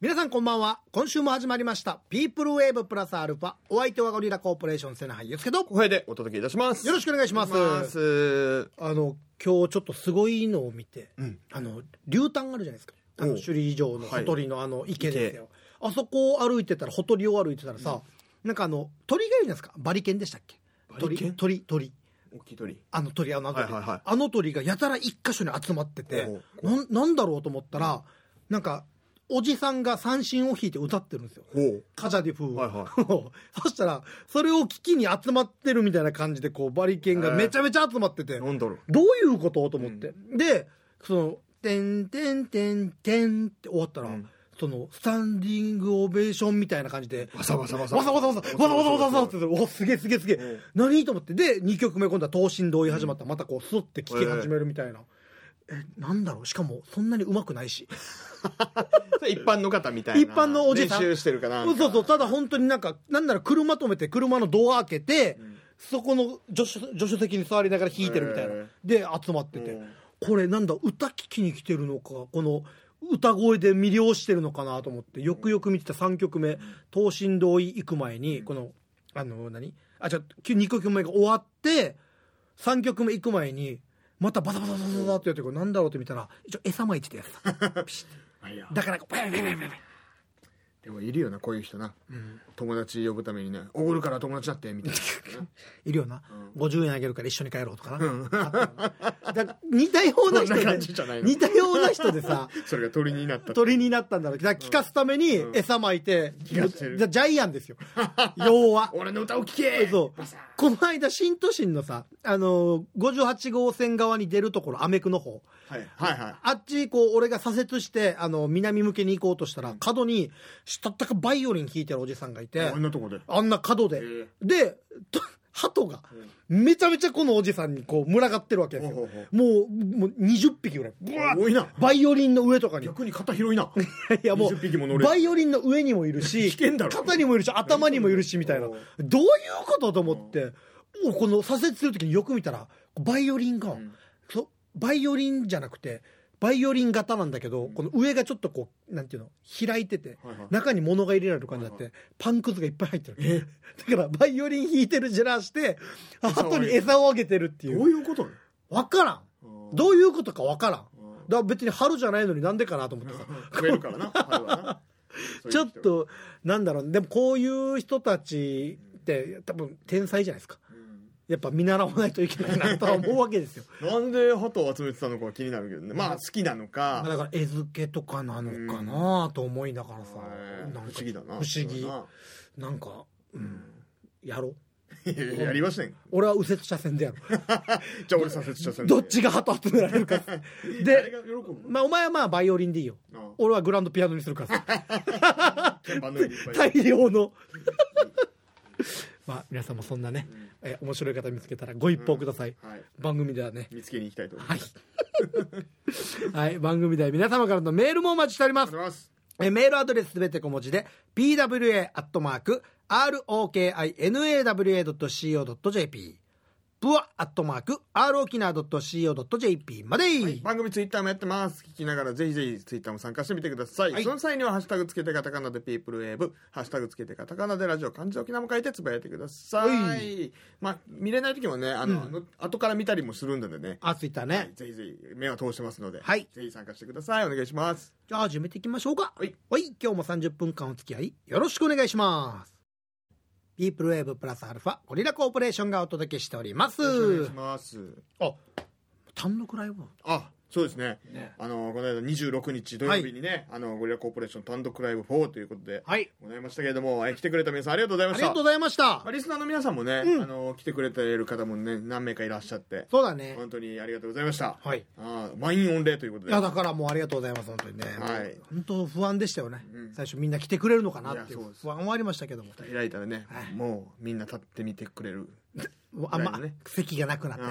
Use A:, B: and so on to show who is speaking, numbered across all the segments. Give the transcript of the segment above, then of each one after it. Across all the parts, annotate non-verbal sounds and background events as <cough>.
A: 皆さんこんばんは今週も始まりました「ピープルウェーブプラスアルファお相手はゴリラコーポレーションセナハイですけど
B: 小平でお届けいたします。
A: よろしくお願いします
B: お願いします
A: あの今日ちょっとすごいのを見て、
B: うん
A: あの竜炭があるじゃないですかあの
B: おう
A: 首里城の
B: はい
A: ほとりのあの池ですよ、あそこを歩いてたらほとりを歩いてたらさ、なんかあの鳥がいるじゃないですかバリケンでしたっけ
B: バリ
A: 鳥
B: ケン
A: 鳥鳥
B: 大きい鳥。
A: あの鳥あの鳥、
B: はいはいはい
A: あの鳥がやたら一箇所に集まってて
B: おう
A: なんなんだろうと思ったらなんかおじさんが三振を弾いて歌ってるんですよ
B: ほう。
A: カジャディ風を、
B: はいは
A: そしたらそれを聞きに集まってるみたいな感じでこうバリケンがめちゃめちゃ集まってて、
B: なんだろう。
A: どういうことと思って、でその「てんてんてんてん」って終わったら、
B: うん
A: そのスタンディングオベーションみたいな感じで
B: わさわさわさ。
A: わざわざわざわざわざわざわざって
B: わ
A: 言っておすげえすげえすげえ、
B: うん
A: 何と思ってで2曲目今度は「東進同意」始まった、またこうスッて聴き始めるみたいな、えなんだろうしかもそんなにうまくないし
B: ざ一般の方みたい
A: 一
B: な。
A: 般のおじさん
B: 練習してるかな。
A: そうそうそうただ本当になんかなんなら車止めて車のドア開けて、そこの助手助手席に座りながら弾いてるみたいな、
B: へえ
A: で集まってて、
B: うん
A: これなんだ歌聴きに来てるのかこの歌声で魅了してるのかなと思ってよくよく見てた3曲目「東進同意」行く前にこのあの何あじゃ2曲目が終わって3曲目行く前にまたバタバタバタバタってやってこれなんだろうって見たら一応餌まいてたやつ
B: あ。いや
A: だからこうバイバイバイバイバイ
B: でもいるよな、こういう人な。友達呼ぶためにね、おごるから友達だって、み
A: <laughs>
B: たいな。
A: いるよな、50円あげるから一緒に帰ろうとかな、だ似たような人
B: そんな
A: で
B: 感じじゃないの
A: 似たような人でさ
B: それが鳥になった。
A: 鳥になったんだろうだから聞かすために餌まいて、
B: 聞かせてる
A: じゃジャイアンですよ要
B: <laughs>
A: は
B: 俺の歌を聴け
A: そうこの間新都心のさ、あのー58号線側に出るところアメ区の方
B: はいはいはい。
A: あっちこう俺が左折してあの南向けに行こうとしたら角にしたったかバイオリン弾いてるおじさんがいて
B: こんなとこで。
A: あんな角で、
B: え
A: でと鳩がめちゃめちゃこのおじさんにこう群がってるわけですよ
B: ほうほう
A: もうもう20匹ぐらいブワーッ
B: 多いな。
A: バイオリンの上とかにい
B: 逆に肩広いな。
A: やいやも
B: 20匹も乗
A: う
B: れる
A: バイオリンの上にもいるし
B: <laughs> 危険だろ
A: 肩にもいるし頭にもいるしみたいな
B: お
A: ど
B: う
A: ういうことと思ってもうこの左折する時によく見たらバイオリンが、そうバイオリンじゃなくてバイオリン型なんだけど、この上がちょっとこうなんていうの開いてて、
B: はいはい
A: 中に物が入れられる感じになって、パンくずがいっぱい入ってるだからバイオリン弾いてるじら
B: <laughs>
A: して後に餌をあげてるってい
B: ど
A: う
B: ういうこと
A: 分からんどういうことか分からんだから別に春じゃないのになんでかなと思ってさ
B: 食え
A: <laughs>
B: るからな。春はな
A: ちょっ。となんだろうでもこういう人たちって多分天才じゃないですか
B: うん
A: やっぱ見習わないといけないなとは思うわけですよ
B: なんで鳩を集めてたのかは気になるけどね。 <laughs> まあ好きなの
A: だ
B: か。
A: から餌付けとかなのかなと思いながらさ
B: はい
A: なん
B: 不
A: か
B: 思議だ
A: 不
B: な。
A: 思議
B: そ
A: なんかうんやろう
B: うだない <laughs> ややりません。
A: 俺は右折車線でやろう
B: じゃあ俺左折車線で。
A: どっちが鳩集められるか
B: 誰
A: で
B: が喜ぶの
A: まあお前はまあバイオリンでいいよ
B: ああ
A: 俺はグランドピアノにするからさ
B: 鍵盤の上にいっぱい
A: 大量のまあ皆さんもそんなね、え面白い方見つけたらご一報ください、
B: はい。
A: 番組ではね
B: 見つけに行きたいと思い
A: は
B: ま
A: い <laughs>
B: す。、
A: はい、番組では皆様からのメールもお待ちしておりま
B: あり
A: す
B: がとうございます。
A: えメールアドレスすべて小文字で pwa.rokinawa.co.jp プワアットマーク rokina.co.jp まで、
B: 番組ツイッターもやってます聞きながらぜひぜひツイッターも参加してみてください、
A: はい
B: その際には「ハッシュタグつけてカタカナでピープルウェーブ」「ハッシュタグつけてカタカナでラジオ漢字沖縄」も書いてつぶやいてください、
A: は
B: まあ見れない時もねあの、あの後から見たりもするんでね、
A: あツイッター
B: はい
A: ね
B: ぜひぜひ目は通してますので、
A: はい
B: ぜひ参加してくださいお願いします
A: じゃあ始めていきましょうか
B: はい
A: 今日も30分間お付き合いよろしくお願いしますピープルウェーブプラスアルファゴリラコーポレーションがお届けしております
B: よろしくお願いします
A: あ単独ライブ
B: あそうですねあのこの間26日土曜日にね、あのゴリラコーポレーション単独ライブ4ということで
A: はい
B: ございましたけれども、え来てくれた皆さんありがとうござい
A: あ
B: ま
A: り
B: し
A: が
B: た
A: とうございました
B: まあ、リスナーの皆さんもね、あの来てくれている方もね何名かいらっしゃって
A: そうだね
B: 本当にありがとうございました、
A: はい
B: ああ満員御礼ということ
A: い
B: で
A: やだからもうありがとうございます本当にね、
B: はい
A: 本当不安でしたよね、最初みんな来てくれるのかなってい
B: いやそううです
A: 不安はありましたけども
B: 開いたらね、もうみんな立ってみてくれる
A: もうあんま、
B: ぐらいのね
A: 席がな
B: <laughs>
A: くなってね、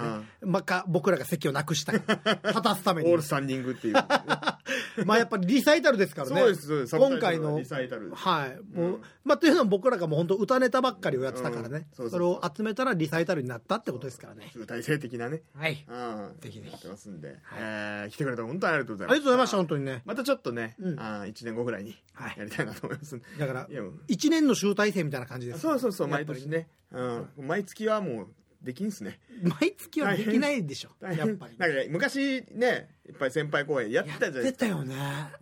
A: まあか僕らが席をなくしたい立たすため
B: オー
A: に <laughs>
B: ルスタンディングっていうは
A: まあやっぱりリサイタルですからね
B: そうですそうですサブタ
A: 今
B: イト
A: 回
B: ルは
A: の
B: リサイタルです
A: はいもう、
B: うん
A: まあというのは僕らがもう本当歌ネタばっかりをやってたからね、
B: うんそうそうそう
A: それを集めたらリサイタルになったってことですからね
B: 集大成的なね
A: はい
B: うん
C: ぜひぜひ
B: やってますんで、えー来てくれた本当にありがとうござ
A: あり
B: い
A: がと
B: ます
A: うございました本当にね
B: またちょっとね、
A: うん
B: あ1年後ぐらいに
A: はい
B: やりたいなと思いますんで、
A: だから
B: いやもう
A: 1年の集大成みたいな感じです
B: そうそうそう
A: やっ
B: 毎
A: ぱり
B: 年ね、うん、毎月はもうできんすね
A: 毎月はできないでしょ
B: 大変
A: やっぱり
B: なんかね昔ねいっぱい先輩公演やってたじゃな
A: 出
B: いですか
A: たよね、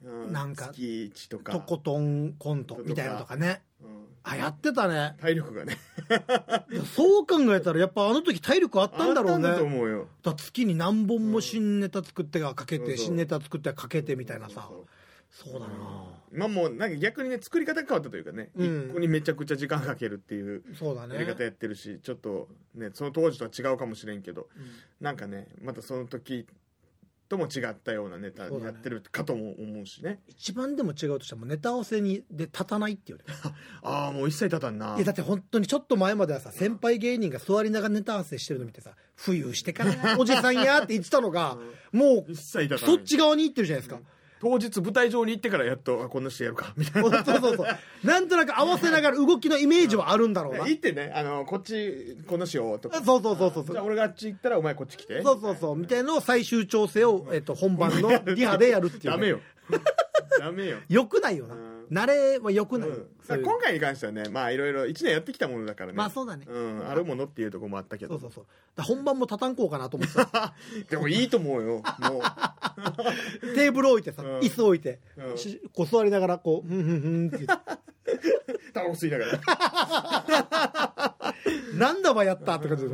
B: うん、
A: なんか
B: 月1とか
A: とことんコントみたいなのとかね
B: うん
A: あやってたね
B: 体力がね
A: そう考えたらやっぱあの時体力あったんだろうね
B: あったんだと思うよ
A: だから月に何本も新ネタ作ってがかけ
B: そう
A: て
B: そう
A: 新ネタ作ってはかけてみたいな
B: そう
A: さ
B: そう
A: そうだな
B: まあもうなんか逆にね作り方が変わったというかね、
A: うん
B: 一個にめちゃくちゃ時間かけるっていう
A: そうだね
B: やり方やってるし、ちょっとねその当時とは違うかもしれんけど、
A: うん
B: なんかねまたその時とも違ったようなネタ
A: そうだ
B: や
A: ね
B: ってるかとも思うしね
A: 一番でも違うとしてもネタ合わせにで立たないっていうね
B: ああもう一切立たんない
A: やだって本当にちょっと前まではさ先輩芸人が座りながらネタ合わせしてるの見てさ「浮遊してからおじさんや」って言ってたの
B: <laughs>
A: がも
B: 一切立
A: う
B: たない
A: そっち側に行ってるじゃないですか
B: 当日舞台上に行ってからやっとあこんな人やるかみたい
A: そう
B: な
A: そうそうなんとなく合わせながら動きのイメージはあるんだろうな
B: 行ってねあのこっちこの人とか
A: そうそうそうそうそう
B: じゃあ俺があっち行ったらお前こっち来て
A: そうそうそうみたいなのを最終調整を、えっと、本番のリハでやるっていう、
B: ダメよ
A: <laughs>
B: ダメよ
A: よくないよな
B: うん
A: 慣れはよくない、
B: うん
A: そういう
B: 今回に関してはねまあいろいろ1年やってきたものだからね
A: まあそうだね
B: ん、あるものっていうところもあったけ
A: そ
B: ど
A: うそうそうだから本番もたたんこうかなと思ってた
B: でもいいと
A: <laughs>
B: 思うよもう
A: テーブル置いてさ、
B: うん
A: 椅子置いて、
B: うん
A: しこう座りながらこうふんふんふんって言って
B: タバコ吸いながら
A: なんだばやったって感じで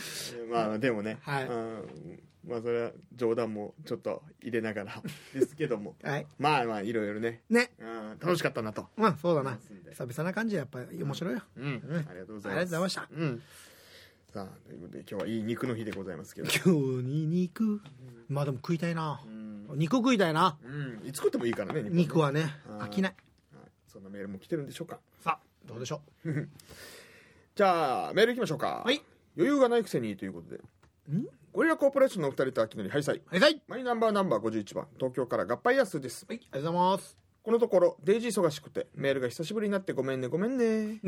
B: そうまあでもね、
A: はい
B: うんまあそれは冗談もちょっと入れながら <laughs> ですけども
A: <laughs> はい
B: まあまあいろいろね、
A: ね
B: うん、楽しかったなと、
A: まあそうだな久々な感じでやっぱり面白いよ、
B: うんありがとうござ
A: あ
B: い
A: りがとうご
B: ます
A: ざいました
B: うん、さあということで今日はいい肉の日でございますけど、
A: 今日に肉まあでも食いたいな
B: う、ん
A: 肉食いたいな
B: <laughs> うん、いつ食ってもいいからね肉
A: 肉はね
B: うん
A: 飽きない
B: はいそんなメールも来てるんでしょうか
A: さあどうでしょ
B: じゃあメールいきましょうか
A: うはい
B: 余裕がないくせにということでゴリラコーポレーションのお二人と秋のりハイサイ
A: はいはい
B: マイナンバーナンバー51番東京から合杯安です
A: はいありがとうございます
B: このところデイジー忙しくてメールが久しぶりになってごめんねごめん <laughs> ね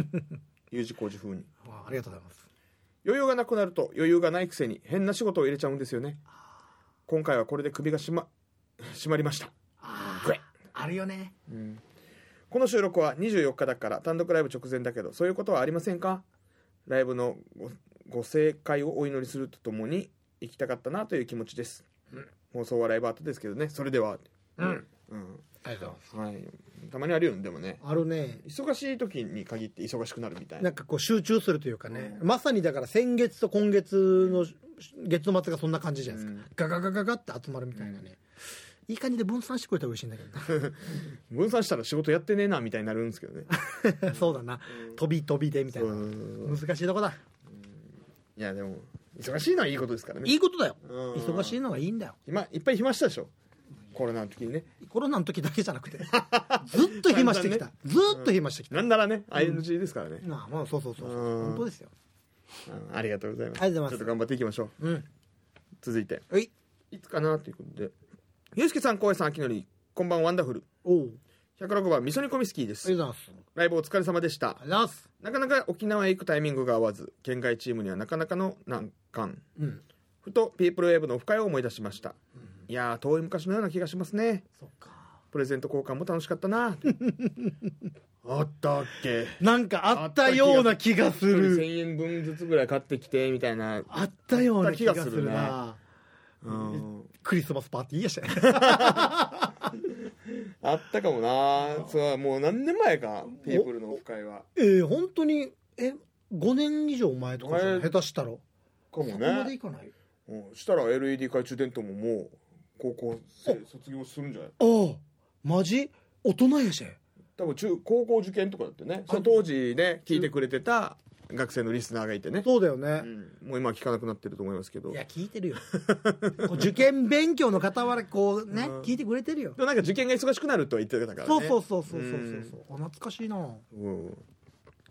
B: U 字工事風に
A: あありがとうございます
B: 余裕がなくなると余裕がないくせに変な仕事を入れちゃうんですよね今回はこれで首がしま締まりました
A: あ
B: これ
A: ああるよね
B: この収録は24日だから単独ライブ直前だけどそういうことはありませんかライブのごご盛会をお祈りするとともに行きたかったなという気持ちです、放送はライブ後ですけどねそれでは
A: うん
B: うん
A: ありがとうございます
B: はいたまにあるよねでもね
A: あるね
B: 忙しい時に限って忙しくなるみたい
A: な
B: なん
A: かこう集中するというかね、まさにだから先月と今月の月の末がそんな感じじゃないですか、ガガガガガって集まるみたいなね、いい感じで分散してくれたら嬉しいんだけ <laughs> ど
B: 分散したら仕事やってねえなみたいになるんです
A: <laughs>
B: けどね
A: なそうだな、飛び飛びでみたいな
B: うん
A: 難しいとこだ
B: いやでも忙しいのはいいことですからね
A: いいことだよ
B: うん
A: 忙しいのがいいんだよ
B: 暇いっぱい暇したでしょコロナの時にね
A: コロナの時だけじゃな <laughs> くてずっと暇してきた、
B: 散
A: ずっと暇してきた、
B: なんならね ING ですからね、
A: なあまあそうそうそうそう
B: うん
A: 本当ですよ
B: うんありがとうございます
A: ありがとうございます
B: ちょっと頑張っていきましょう
A: うん
B: 続いて
A: はい
B: いつかなということでゆうすけさん光栄さん秋のりこんばんはワンダフル
A: おう
B: 106番みそ煮込みスキーで
A: あり
B: す
A: がとうございます
B: ライブお疲れ様でし
A: あ
B: た
A: りがとうございます
B: なかなか沖縄へ行くタイミングが合わず県外チームにはなかなかの難関
A: うん
B: ふとピープルウェーブのオフ会を思い出しましたいやー遠い昔のような気がしますね
A: そっか
B: プレゼント交換も楽しかったな
A: <laughs>
B: あったっけ
A: なんかあったような気がする
B: 1000円分ずつぐらい買ってきてみたいな
A: あったような気がす
B: あった気
A: る
B: がする
A: な
B: ねうん
A: クリスマスパーティーやし
B: あったかもなそうもう何年前かピープルのオフ会は
A: <laughs> えー、本当にえ5年以上前とかじゃん
B: 前
A: 下手したら、
B: かも
A: そこまで
B: ね
A: いかない
B: うんしたら LED 懐中電灯ももう高校生卒業するんじゃない
A: ああマジ大人やし
B: 多分中高校受験とかだってねその当時ね聞いてくれてた学生のリスナーがいてね、
A: そうだよ
B: う
A: ね、
B: んもう今は聞かなくなってると思いますけど
A: いや
B: で
A: 聞いて <laughs> るよこう受験勉強の傍らこうね、
B: うん
A: 聞いてくれてるよ、
B: もなんか受験が忙しくなるとは言ってたからね
A: そうそうそうそうそうそう
B: うん
A: あ懐かしいな
B: うん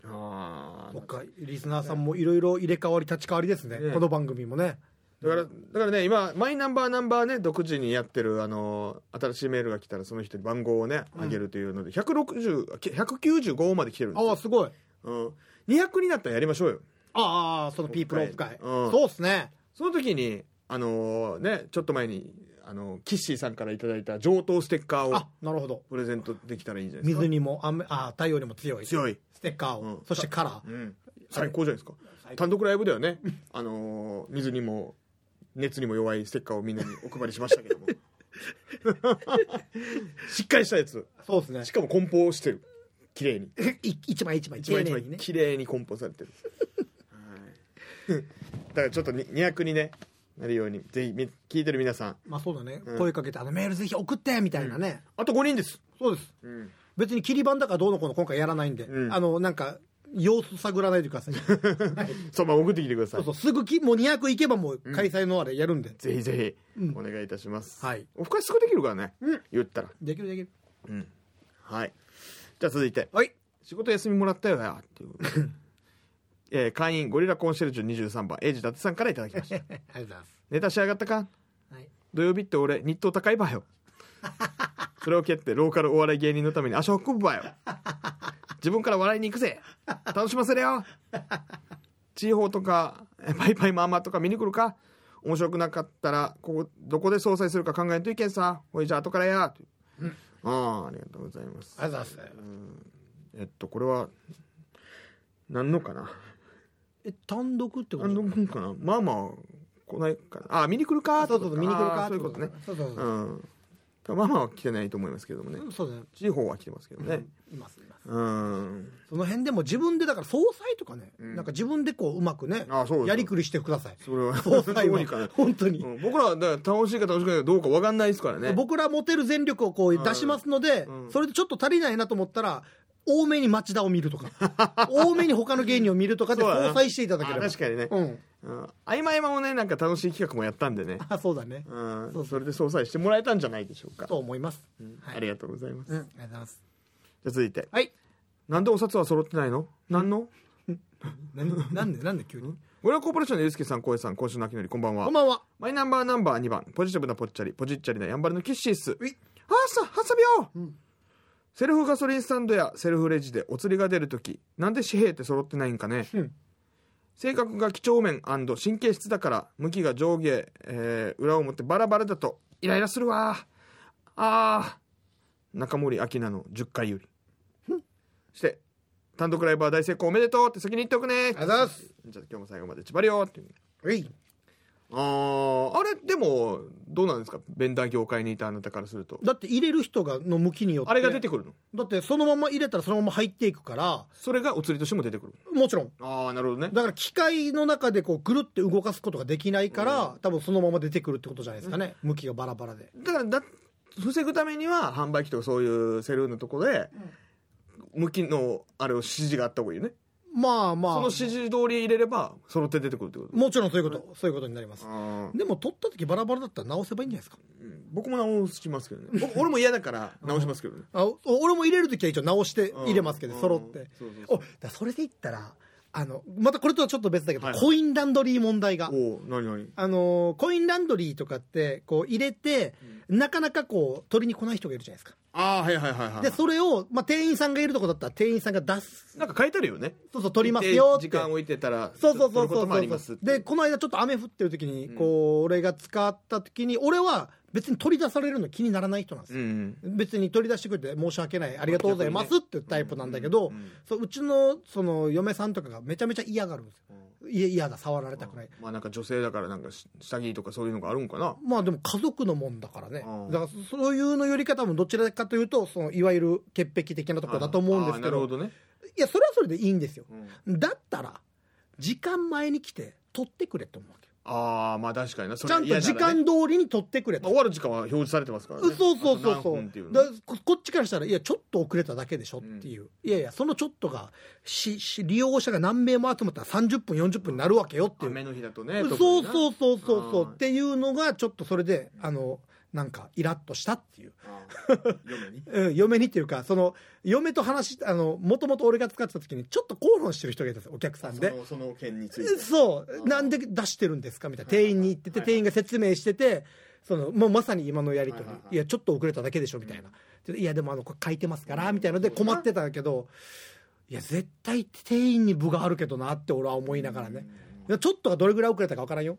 B: ああ
A: そっかリスナーさんもいろいろ入れ替わり立ち替わりですね
B: ね
A: この番組もね
B: だから、だからね、今、マイナンバーナンバーね、独自にやってる、あのー、新しいメールが来たら、その人に番号をね、あげるというので、160あけ195まで来てるんです
A: あ
B: よ。
A: あすごい
B: うん。200になったらやりましょうよ。
A: ああそのピープロオフ会、
B: うん
A: そうっすね
B: その時に、あのーね、ちょっと前に、あのーキッシーさんからいただいた上等ステッカーを
A: あなるほど
B: プレゼントできたらいいんじゃないですか。
A: 水にも雨あ太陽にも強い
B: 強い。
A: ステッカーを、
B: うん
A: そしてカラー、
B: うん。最高じゃないですか。単独ライブではね、あのー水にも、熱にも弱いステッカーをみんなにお配りしましたけど <laughs> も。しっかりしたやつ。
A: そうですね
B: しかも梱包してる綺麗 <laughs> に
A: い一枚一枚
B: 一枚一
A: 丁寧
B: 枚
A: にね
B: 綺麗に梱包されてるはい <laughs> だからちょっとに200にねなるようにぜひみ聞いてる皆さん
A: まあそうだね、
B: うん
A: 声かけてあのメールぜひ送ってみたいなね、
B: あと5人です、
A: そうです別に切り板だからどうのこうの今回やらないんで、
B: うん
A: あのなんか様子探らないでください
B: <laughs> そうまあ送ってきてくださ
A: そ
B: いう
A: そうすぐきもう200行けばもう開催のあれやるんで、
B: ぜひぜひ
A: うん
B: お願いいたします、
A: はい
B: オフ会すぐできるからね、言ったら
A: できるできる
B: うんはいじゃあ続いて
A: はい
B: 仕事休みもらったよやっていうえー会員ゴリラコンシェルジュ23番エイジ伊達さんからいただ
A: <laughs>
B: きまし
A: <laughs>
B: た
A: ありがとうございます、
B: ネタ仕上がったか
A: はい、
B: 土曜日って俺日当高
A: <laughs>
B: いばよそれを蹴ってローカルお笑い芸人のために足を運ぶばよ自分から笑いに行くぜ楽しませるよ地方とかえパイパイマーマーとか見に来るか面白くなかったらここどこで総裁するか考えんといけんさほいじゃあ後からや、ああありがとうございます
A: ありがとうございます
B: えっとこれは何のかな
A: え単独ってこと
B: 何のかなまあまあ来ないかなあ見に来るかって
A: そう
B: こ
A: そう
B: と
A: そう見に来る
B: あ
A: か
B: ーそういうことね。
A: そうそうそううん
B: ママは来てないと思いますけどもね。
A: そうだね
B: 地方は来てますけどね。
A: いますいます
B: うん。
A: その辺でも自分でだから総裁とかね、なんか自分でこううまくね
B: あそうです
A: やりくりしてください
B: それは、
A: 総裁
B: どう
A: は
B: にかね
A: 本当に、
B: うん僕らはだから楽しいか楽しくないかどうかわかんないですからね。
A: 僕ら持てる全力をこう出しますので、
B: うん
A: それでちょっと足りないなと思ったら多めに町田を見るとか
B: <laughs>
A: 多めに他の芸人を見るとかで
B: そうだな
A: 総裁していただければ
B: あ確かにね。
A: うん
B: うん。合間合間もね、なんか楽しい企画もやったんでね。
A: あそうだね、
B: うん。
A: そ
B: そうれで総裁してもらえたんじゃないでしょうか。
A: と思います、
B: ありがとうございます。
A: うん
B: じ
A: あ
B: ゃ
A: りがとうございます
B: あ続いて。
A: はい
B: なんでお札は揃ってないの何の
A: 何なん
B: <laughs>
A: でなんで急に
B: 俺はコーポレーションのゆうすけさん、こえさん、今週の秋のり、こんばんは
A: こん。ばんは
B: マイナンバーナンバー2番、ポジティブなポッチャリ、ポジッチャリなヤンバルのキッシーっす。
A: うい
B: あさ、はさびよ、セルフガソリンスタンドやセルフレジでお釣りが出るとき、なんで紙幣って揃ってないんかね。
A: うん
B: 性格が几帳面神経質だから、向きが上下、えー裏を持ってバラバラだと、イライラするわあー。中森明菜の10回より。そして、単独ライブは大成功おめでとうって先に言っておく
A: あ
B: ね。
A: りがとうございます
B: じゃあ今日も最後までちばりよっていう。
A: うい
B: あーあれでもどうなんですかベンダー業界にいたあなたからすると
A: だって入れる人がの向きによって
B: あれが出てくるの
A: だってそのまま入れたらそのまま入っていくから
B: それがお釣りとしても出てくる
A: もちろん
B: ああなるほどね
A: だから機械の中でこうぐるって動かすことができないから、多分そのまま出てくるってことじゃないですかね、向きがバラバラで
B: だからだ防ぐためには販売機とかそういうセルーのとこで向きのあれを指示があった方がいいよね
A: まあまあ
B: その指示通り入れれば揃って出てくるってこと
A: もちろんそういうこと、そういうことになります。
B: あー
A: でも取った時バラバラだったら直せばいいんじゃないですか。
B: うん僕も直しますけどね
A: <laughs>
B: 僕俺も嫌だから直しますけどね
A: あお俺も入れる時は一応直して
B: うん
A: 入れますけど、
B: うん
A: 揃って。
B: そうそうそ
A: おだからそれで言ったらあのまたこれとはちょっと別だけど、
B: はい
A: コインランドリー問題が。
B: うおお何何
A: あのーコインランドリーとかってこう入れて、なかなかこう取りに来ない人がいるじゃないですか
B: ああはいはいはいは
A: で
B: い
A: それを、まあ、店員さんがいるとこだったら店員さんが出す
B: なんか書いてあるよね
A: そうそう取りますよって
B: 一定時間置いてたら
A: そうそうそ
B: 取る
A: う
B: こ
A: そ
B: と
A: う
B: もあります
A: そうでこの間ちょっと雨降ってる時にこう、俺が使った時に俺は別に取り出されるの気にならない人なんです
B: う
A: よ、
B: ん
A: 別に取り出してくれて申し訳ないありがとうございますっていうタイプなんだけど、うそううちのその嫁さんとかがめちゃめちゃ嫌がるんですよいや嫌だ触られたくない、
B: まあなんか女性だからなんかし下着とかそういうのがあるんかな
A: まあでも家族のもんだからね、
B: うん
A: だからそういうのより方もどちらかというとそのいわゆる潔癖的なところだと思うんです
B: あ
A: け
B: ーなる
A: ど
B: ほどね
A: いやそれはそれでいいんですよ、だったら時間前に来て取ってくれって思うわけよ
B: ああまあ確かになそ
A: ち
B: れ
A: ゃんと
B: 嫌なら
A: 時
B: ね
A: 間通りに取ってくれ
B: ま
A: と。
B: あ終わる時間は表示されてますからね
A: そうそうそ
B: あ
A: う
B: と
A: そ
B: 何分
A: う
B: っていう
A: だ
B: の
A: からここっちからしたらいやちょっと遅れただけでしょっていう、いやいやそのちょっとがしし利用者が何名も集まったら30分40分になるわけよっていう、
B: 雨の日だとね
A: そうそううそうそうそう
B: うん
A: っていうのがちょっとそれであのなんかイラッとしたっていう、
B: 嫁に
A: うん、嫁にっていうかその嫁と話しあのもともと俺が使ってた時にちょっと口論してる人がいたんですよお客さんで
B: そのその件について
A: そうなんで出してるんですかみたいな店員に言ってて
B: はいはい
A: 店員が説明しててそのもうまさに今のやり取
B: はいはいは
A: り
B: い
A: いやちょっと遅れただけでしょみたいなでいやでもあのこれ書いてますからみたいなので困ってたけどいや絶対店員に分があるけどなって俺は思いながらねでちょっとがどれぐらい遅れたか分からんよ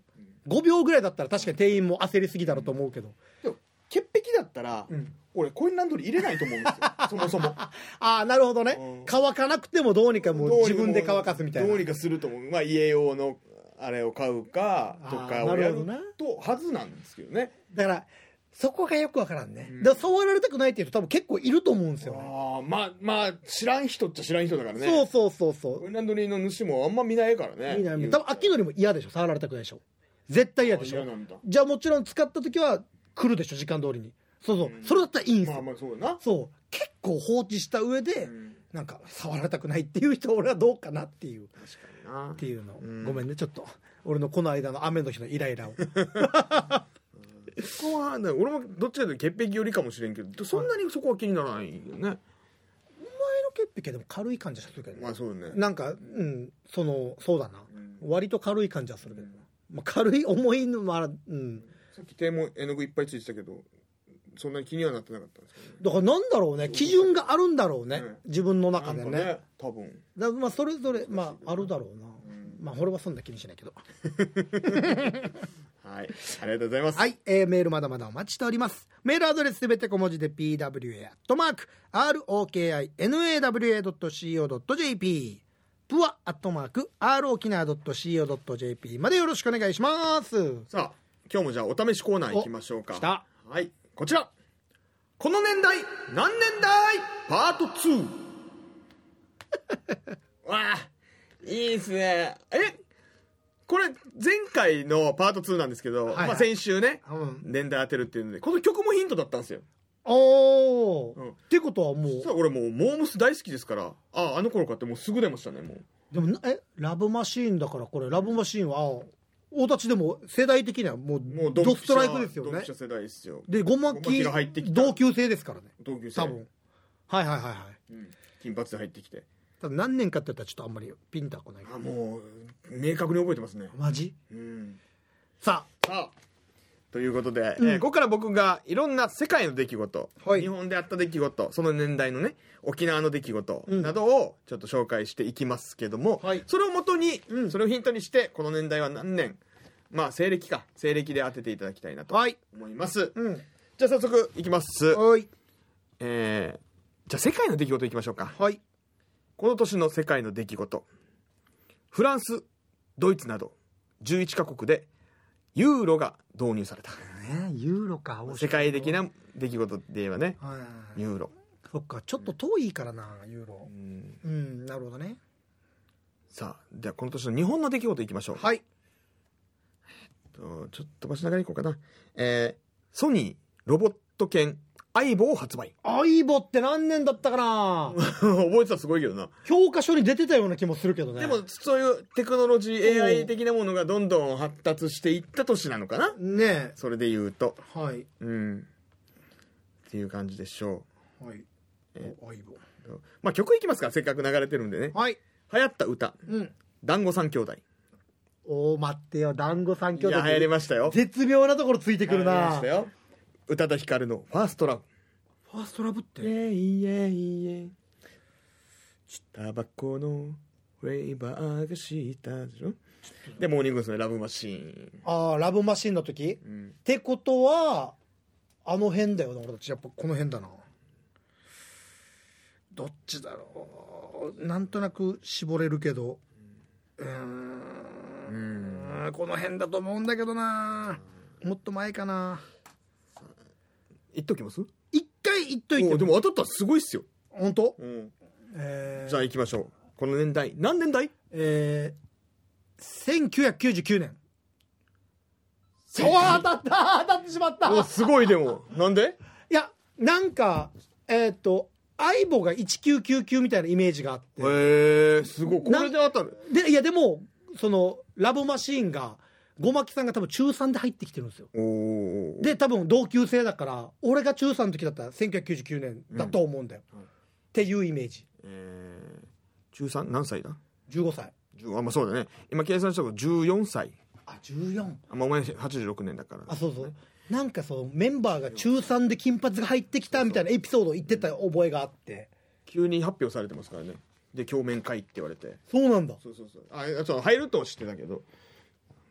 A: 5秒ぐらいだったら確かに店員も焦りすぎだろうと思うけど
B: でも潔癖だったら、
A: うん
B: 俺コインランドリー入れないと思うんですよ
A: <laughs>
B: そもそも
A: ああなるほどね
B: うん
A: 乾かなくてもどうにかもう自分で乾かすみたい
B: ど
A: な
B: うにかすると思う、まあ、家用のあれを買うかと
A: あ
B: か
A: ーな
B: をや
A: るほ
B: る
A: どな
B: とはずなんですけどね
A: だからそこがよく分からんね
B: うん
A: だから触られたくないっていう人多分結構いると思うんですよね
B: ああまあまあ知らん人っちゃ知らん人だからね
A: そうそうそうそ
B: コインランドリーの主もあんま見ないからね
A: う。いいな多分秋
B: の
A: のりも嫌でしょ。触られたくないでしょ。絶対嫌でしょ。
B: なんだ
A: じゃあもちろん使った時は来るでしょ。時間通りに。そうそう
B: う。ん
A: それだったらいいんです
B: まあ
A: よ。
B: まあそうだな
A: そう。結構放置した上で
B: う、ん
A: なんか触られたくないっていう人俺はどうかなっていう。
B: 確かにな
A: っていうのを
B: うん
A: ごめんねちょっと俺のこの間の雨の日のイライラを
D: そこはね俺もどっちかというと潔癖よりかもしれんけどそんなにそこは気にならないよね
A: 潔癖でも軽い感じはするけど
B: ま
A: ね
B: あそうね
A: なんかうんそのそうだな
B: うん
A: 割と軽い感じはするけどなまあ軽い重いのもあらうん
D: さっき手も絵の具いっぱいついてたけどそんなに気にはなってなかったんですけどね
A: だからなんだろうね基準があるんだろうね
B: うん
A: 自分の
B: なん
A: 中で
B: か
A: ね
B: ね多分
A: だまあそれぞれまああるだろうな、まあ俺はそんな気にしないけど
B: はいありがとうございます
A: はい、えーメールまだまだお待ちしておりますメールアドレスすべて小文字で pwa.rokinawa.co.jp プアアットマーク rokina.co.jp までよろしくお願いします
B: さあ今日もじゃあお試しコーナー行きましょうか
A: お来た
B: はいこちらこの年代何年代パート
A: <laughs>
B: 2! わあいいですねえこれ前回のパート2なんですけど、
A: いはい
B: まあ、先週ね、
A: うん
B: 年代当てるっていうのでこの曲もヒントだったんですよ
A: おー、
B: うん
A: ってことはもう
B: さあ俺もうモームス大好きですからあああの頃かってもうすぐ出ましたねもう
A: でもなえラブマシーンだからこれラブマシーンはあ大立ちでも世代的にはもう
B: もう
A: ドストライクですよ
B: ドン
A: ね
B: ピシャ世代ですよ
A: でごま
B: ゴマ
A: き
B: キが入ってきた
A: 同級生ですからね
B: 同級生
A: 多分はいはいはいはい
B: うん金髪で入ってきて
A: ただ何年かって言ったらちょっとあんまりピンとはこないけど
B: あもう明確に覚えてますね、
A: マジ
B: うん、
A: さあ
B: さあということで、えーここから僕がいろんな世界の出来事、
A: はい
B: 日本であった出来事その年代のね沖縄の出来事などをちょっと紹介していきますけども、
A: はい
B: それをもとに、それをヒントにしてこの年代は何年まあ西暦か西暦で当てていただきたいなと
A: はい
B: 思います、
A: うん
B: じゃあ早速いきます
A: はい
B: えーじゃあ世界の出来事いきましょうか
A: はい
B: この年の世界の出来事フランスドイツなど11カ国でユーロが導入された
A: ねユーロか
B: 世界的な出来事で言えばね
A: はい
B: ユーロ
A: そっかちょっと遠いからなユーロ
B: うん
A: うんなるほどね
B: さあじゃあこの年の日本の出来事いきましょう、
A: はい
B: とちょっと飛ばしながらいこうかなえーソニーロボット犬アイボを発売 <laughs>
A: 相棒って何年だったかな
B: 覚えてたらすごいけどな
A: 教科書に出てたような気もするけどね
B: でもそういうテクノロジ
A: おう
B: ー AI 的なものがどんどん発達していった年なのかな
A: ね
B: それで言うと
A: えはい
B: うんっていう感じでしょう
A: はいお相棒
B: まあ曲いきますかせっかく流れてるんでね
A: はい
B: 流行った歌
A: うん
B: 団子三兄弟
A: おー待ってよ団子三
B: い
A: 兄
B: や
A: 弟
B: 流行りましたよ
A: 絶妙なところついてくる
B: 流行りま
A: な
B: したよ宇多田ヒカルの「ファーストラブ
A: ファーストラブっ」
B: イエイエイイエタバコのフレーバーがしたでしょでモーニング娘。ラブマシーン、
A: ああラブマシーンの時
B: うん
A: ってことはあの辺だよな俺たちやっぱこの辺だなどっちだろうなんとなく絞れるけどうーんんこの辺だと思うんだけどなもっと前かな
B: 言っときます
A: 一回言っといて
B: おでも当たったらすごいっすよ、
A: 本当
B: うん
A: え
B: じゃ
A: ー
B: あ行きましょうこの年代何年代
A: えー、1999年そう当たった当たってしまった
B: おすごいでもなんで
A: いやなんかえっ、と相棒が1999みたいなイメージがあって
B: へえすごいこれで当たる
A: でいやでもそのラブマシーンがゴマキさんが多分中3で入ってきてるんですよ
E: おお
A: で多分同級生だから俺が中3の時だったら1999年だと思うんだよ、
E: うん
A: っていうイメージ
E: えー
B: 中三何歳だ
A: 15歳
B: 10あまあそうだね今計算したとこ14歳
A: あ14
B: あまあお前86年だから
A: あそうそうなんかそうメンバーが中3で金髪が入ってきたみたいなエピソードを言ってた覚えがあって
B: 急に発表されてますからねで共鳴会って言われて
A: そうなんだ
B: そうそうそうああそう入るとは知ってたけど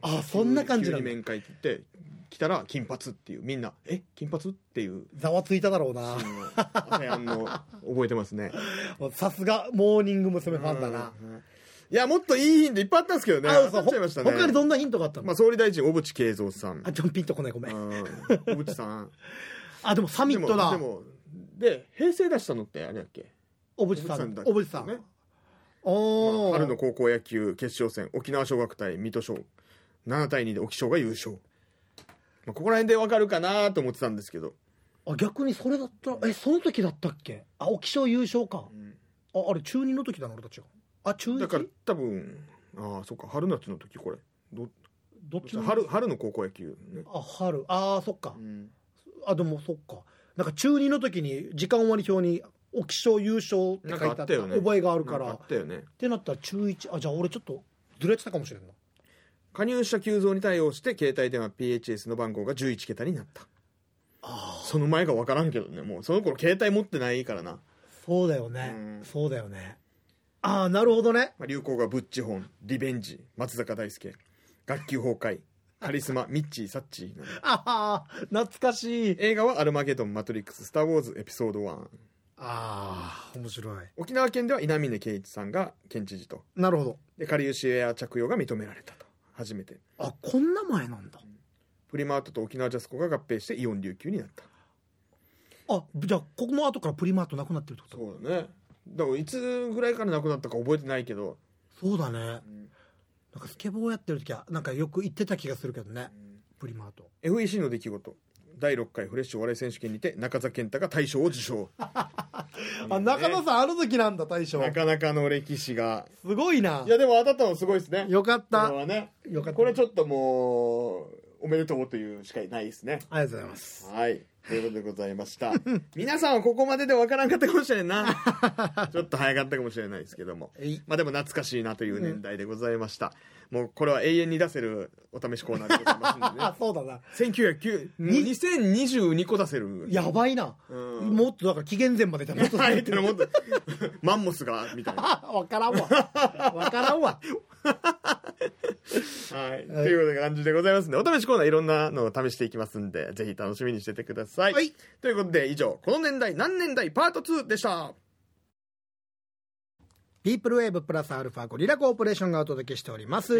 A: あそんな感じ
B: 急
A: な
B: に
A: んだ
B: 面会って言って来たら金髪っていうみんなえ金髪っていう
A: ざわついただろうな
B: あれあの覚えてますね
A: さすがモーニング娘。ファンだな、
B: いやもっといいヒントいっぱいあったんですけどね
A: あ
B: 当たっちゃいましたね
A: 他にどんなヒントがあったの、
B: まあ、総理大臣小渕恵三さん
A: あちょピンとこないごめん、
B: うん小渕さん
A: あでもサミットだ
B: でもでもで平成出したのってあれだっけ
A: 小渕さん
B: だっ
A: 小
B: け
A: 渕さん,、
B: ね
A: おお、
B: 春の高校野球決勝戦沖縄尚学対水戸商7対2で沖尚が優勝、まあ、ここら辺でわかるかなと思ってたんですけど
A: あ逆にそれだったらえその時だったっけあ沖賞優勝か、
B: ん
A: ああれ中2の時だな俺たちがあ中
B: だから
A: 1?
B: 多分ああそっか春夏の時これど
A: どっちの
B: 春春の高校野球、ね
A: あ春あーそっか、
B: ん
A: あでもそっかなんか中2の時に時間割表に沖賞優勝って書いてあった
B: なんかあったよね
A: 覚えがある
B: な
A: か
B: ん
A: ら
B: かあ
A: っ
B: ったよね
A: てなったら中1あじゃあ俺ちょっとずれてたかもしれんな
B: 加入者急増に対応して携帯電話 PHS の番号が11桁になったその前が分からんけどねもうその頃携帯持ってないからな、
A: そうだよね、
B: うん
A: そうだよねああなるほどね
B: まあ、流行がブッチホンリベンジ松坂大輔学級崩壊カリスマミッチーサッチーなど
A: ああ懐かしい
B: 映画は「アルマゲドン」「マトリックス」「スター・ウォーズ」エピソード1
A: ああ面白い
B: 沖縄県では稲峰圭一さんが県知事と
A: なるほど
B: でかりゆしエア着用が認められたと初めて
A: あこんな前なんだ
B: プリマートと沖縄ジャスコが合併してイオン琉球になった
A: あじゃあここの後からプリマートなくなってるってこと
B: そうだねだからいつぐらいからなくなったか覚えてないけど
A: そうだね、なんかスケボーやってる時はなんかよく行ってた気がするけどね、プリマート
B: FEC の出来事第6回フレッシュお笑い選手権にて中澤健太が大賞を受賞
A: あ中野さんある時なんだ大将
B: <laughs> なかなかの歴史が
A: すごいない
B: やでも当たったのすごいですね
A: よかっ
B: こ
A: たあ
B: れ
A: り
B: はね
A: よかった
B: これちょっともうおめでとうというしかないですね
A: がとうございます
B: はいということでございました皆さんはここまででわからんかったかもしれんなちょっと早かったかもしれないですけども
A: えい
B: まあでも懐かしいなという年代でございました、もうこれは永遠に出せるお試しコーナーでございますんでね
A: あそうだな
B: 1909 2022個出せる
A: やばいな、
B: うん
A: もっとだから期限前までじゃもっと
B: 入ってるもんだマンモスがみたいな
A: <laughs> あわからんわ <laughs> わからんわ
B: はい、というような感じでございますのでお試しコーナーいろんなのを試していきますんでぜひ楽しみにしててください、
A: はい
B: ということで以上この年代何年代パート2でした
A: ピープルウェーブプラスアルファゴリラコーポレーションがお届けしております、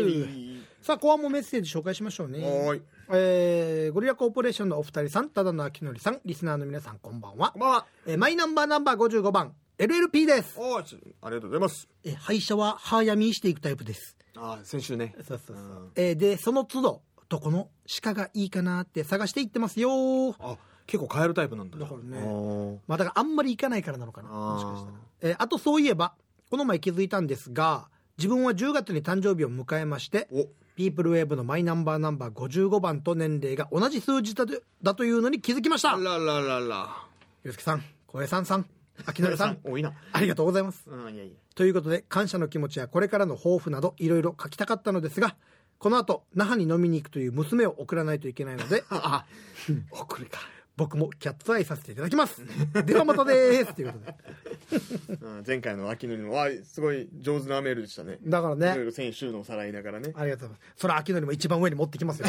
A: さあコアもメッセージ紹介しましょうね
B: はーい
A: えーゴリラコーポレーションのお二人さん、ただのあきのりさん、リスナーの皆さん、こんばんは
B: こん。ばんは
A: えーマイナンバーナンバー55番、LLP です。
B: おーちありがとうございます
A: えー廃車は歯やみしていくタイプです。
B: あ先週ね
A: そうそうそう
B: うん
A: えーで、その都度、どこの鹿がいいかなって探していってますよー。
B: あ結構変えるタイプなんだ
A: だからね
B: ね
A: まあ、だからあんまり行かないからなのかな。
B: あー
A: もしかしたら。えーあとそういえば、この前気づいたんですが、自分は10月に誕生日を迎えまして、
B: お
A: ピープルウェーブのマイナンバーナンバー55番と年齢が同じ数字だとだというのに気づきました。
B: あらららら
A: ゆうすけさん、小江さんさん、秋野さん、
B: 多いな
A: ありがとうございます。
B: うんいやいや
A: ということで、感謝の気持ちやこれからの抱負など、いろいろ書きたかったのですが、この後、那覇に飲みに行くという娘を送らないといけないので、
B: ああ遅れか、
A: 僕もキャッツアイさせていただきます。 <laughs> ではまたです。ということで。
B: うん、前回の秋のりもわあすごい上手なメールでしたね
A: だから
B: いろい
A: ね、
B: ろ先週のおさらいながらね
A: ありがとうございます。それ秋野にも一番上に持ってきます
B: <laughs>
A: よ。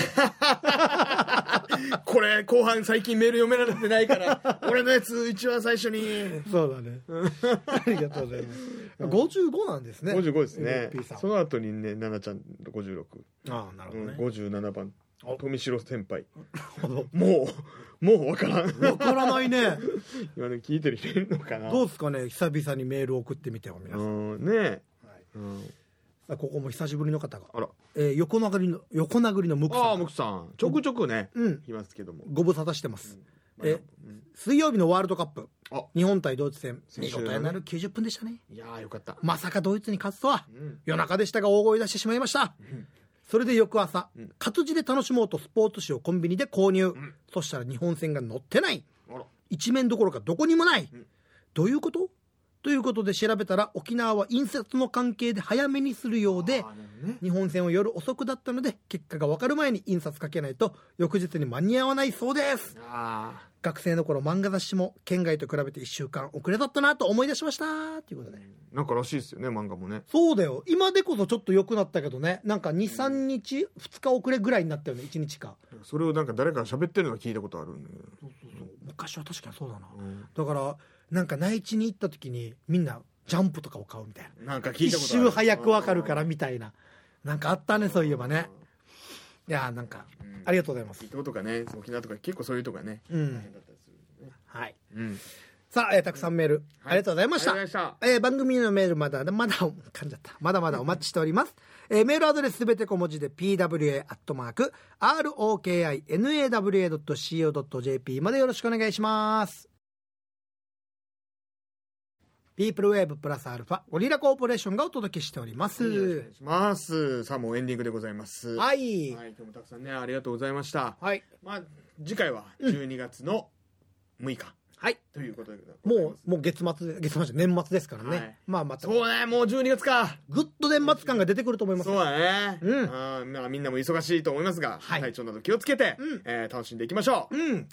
B: これ後半最近メール読められてないから <laughs> 俺のやつ一番最初に
A: そうだね。 <laughs> ありがとうございます。55なんですね。
B: 55ですね
A: LP さん
B: その後にね奈々ちゃん56、
A: ああ、なるほ
B: う
A: ど
B: ん、
A: ね。
B: 57番富城先輩
A: ほど
B: もうもう分からん <laughs>
A: わからないね。
B: 今ね聞いてる人いるのかな
A: どうですかね、久々にメール送ってみては皆さん。
B: うんねえ、うん、
A: あここも久しぶりの方が。
B: あら
A: えー横殴りの横殴りのムク
B: あ
A: さ
B: あ
A: ん
B: ムクさんちょくちょくね、
A: うん
B: いますけども
A: ご無沙汰してます、え
B: うん
A: 水曜日のワールドカップ
B: あ
A: 日本対ドイツ戦
B: 先
A: 見
B: 週だね
A: 事やなる90分でしたね
B: いやーよかった
A: まさかドイツに勝つとは、
B: ん
A: 夜中でしたが大声出してしまいました、それで翌朝、
B: うん
A: 活字で楽しもうとスポーツ紙をコンビニで購入、そしたら日本戦が載ってない
B: あら
A: 一面どころかどこにもない、
B: ん
A: どういうことということで調べたら沖縄は印刷の関係で早めにするようで
B: あーなるほどね
A: 日本戦を夜遅くだったので結果が分かる前に印刷かけないと翌日に間に合わないそうです
B: あ
A: 学生の頃漫画雑誌も県外と比べて1週間遅れだったなと思い出しましたということで
B: ーなんからしいですよね漫画もね
A: そうだよ今でこそちょっと良くなったけどねなんか23日2日遅れぐらいになったよね1日か
B: それをなんか誰かが喋ってるのは聞いたことあるんだけど
A: 昔は確かにそうだな
B: うん
A: だからなんか内地に行った時にみんなジャンプとかを買うみたいな
B: なんか聞い
A: 一
B: たことある
A: 周早くわかるからみたいななんかあったねそういえばねいやーなんか
B: うん
A: ありがとうございます
B: 伊東とかね沖縄とか結構そういうとかね
A: う
B: 大変
A: ん
B: だったりするよね
A: はい
B: うん
A: さあ、えーたくさんメール、ありがとうございました
B: ありがとうございました
A: えー番組へのメールまだまだ噛んじゃったまだまだお待ちしております、 <laughs> えーメールアドレスすべて小文字で pwa.rokinawa.co.jp までよろしくお願いしますピープルウェーブプラスアルファゴリラコーポレーションがお届けしておりま
B: よろしくお
A: す
B: 願いしますさあもうエンディングでございますは
A: はい
B: 今日もたくさんねありがとうございました
A: はい
B: まあ次回は12月の6日
A: はい
B: ということでございま
A: も
B: す
A: うもう月末で月末じゃない年末ですからね、
B: はい
A: まあまた
B: そうねもう12月か
A: ぐっと年末感が出てくると思います
B: そうだね、
A: うん
B: あーまあみんなも忙しいと思いますが、
A: はい
B: 体調など気をつけて、
A: うん
B: えー楽しんでいきましょう、
A: うん。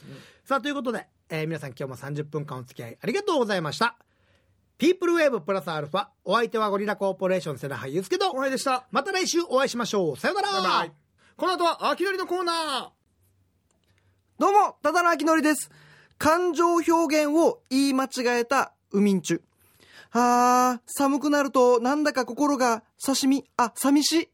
A: さあ、ということで、えー皆さん今日も30分間お付き合いありがとうございました。ピープルウェーブプラスアルファ、お相手はゴリラコーポレーション瀬名俳優ですけど
B: お、はようでした
A: また来週お会いしましょう。さようなら
B: バイバイこの後は秋のりのコーナー
F: どうも、ただのあきのりです。感情表現を言い間違えたウミンチュ。あー、寒くなるとなんだか心が刺身、あ、寂しい。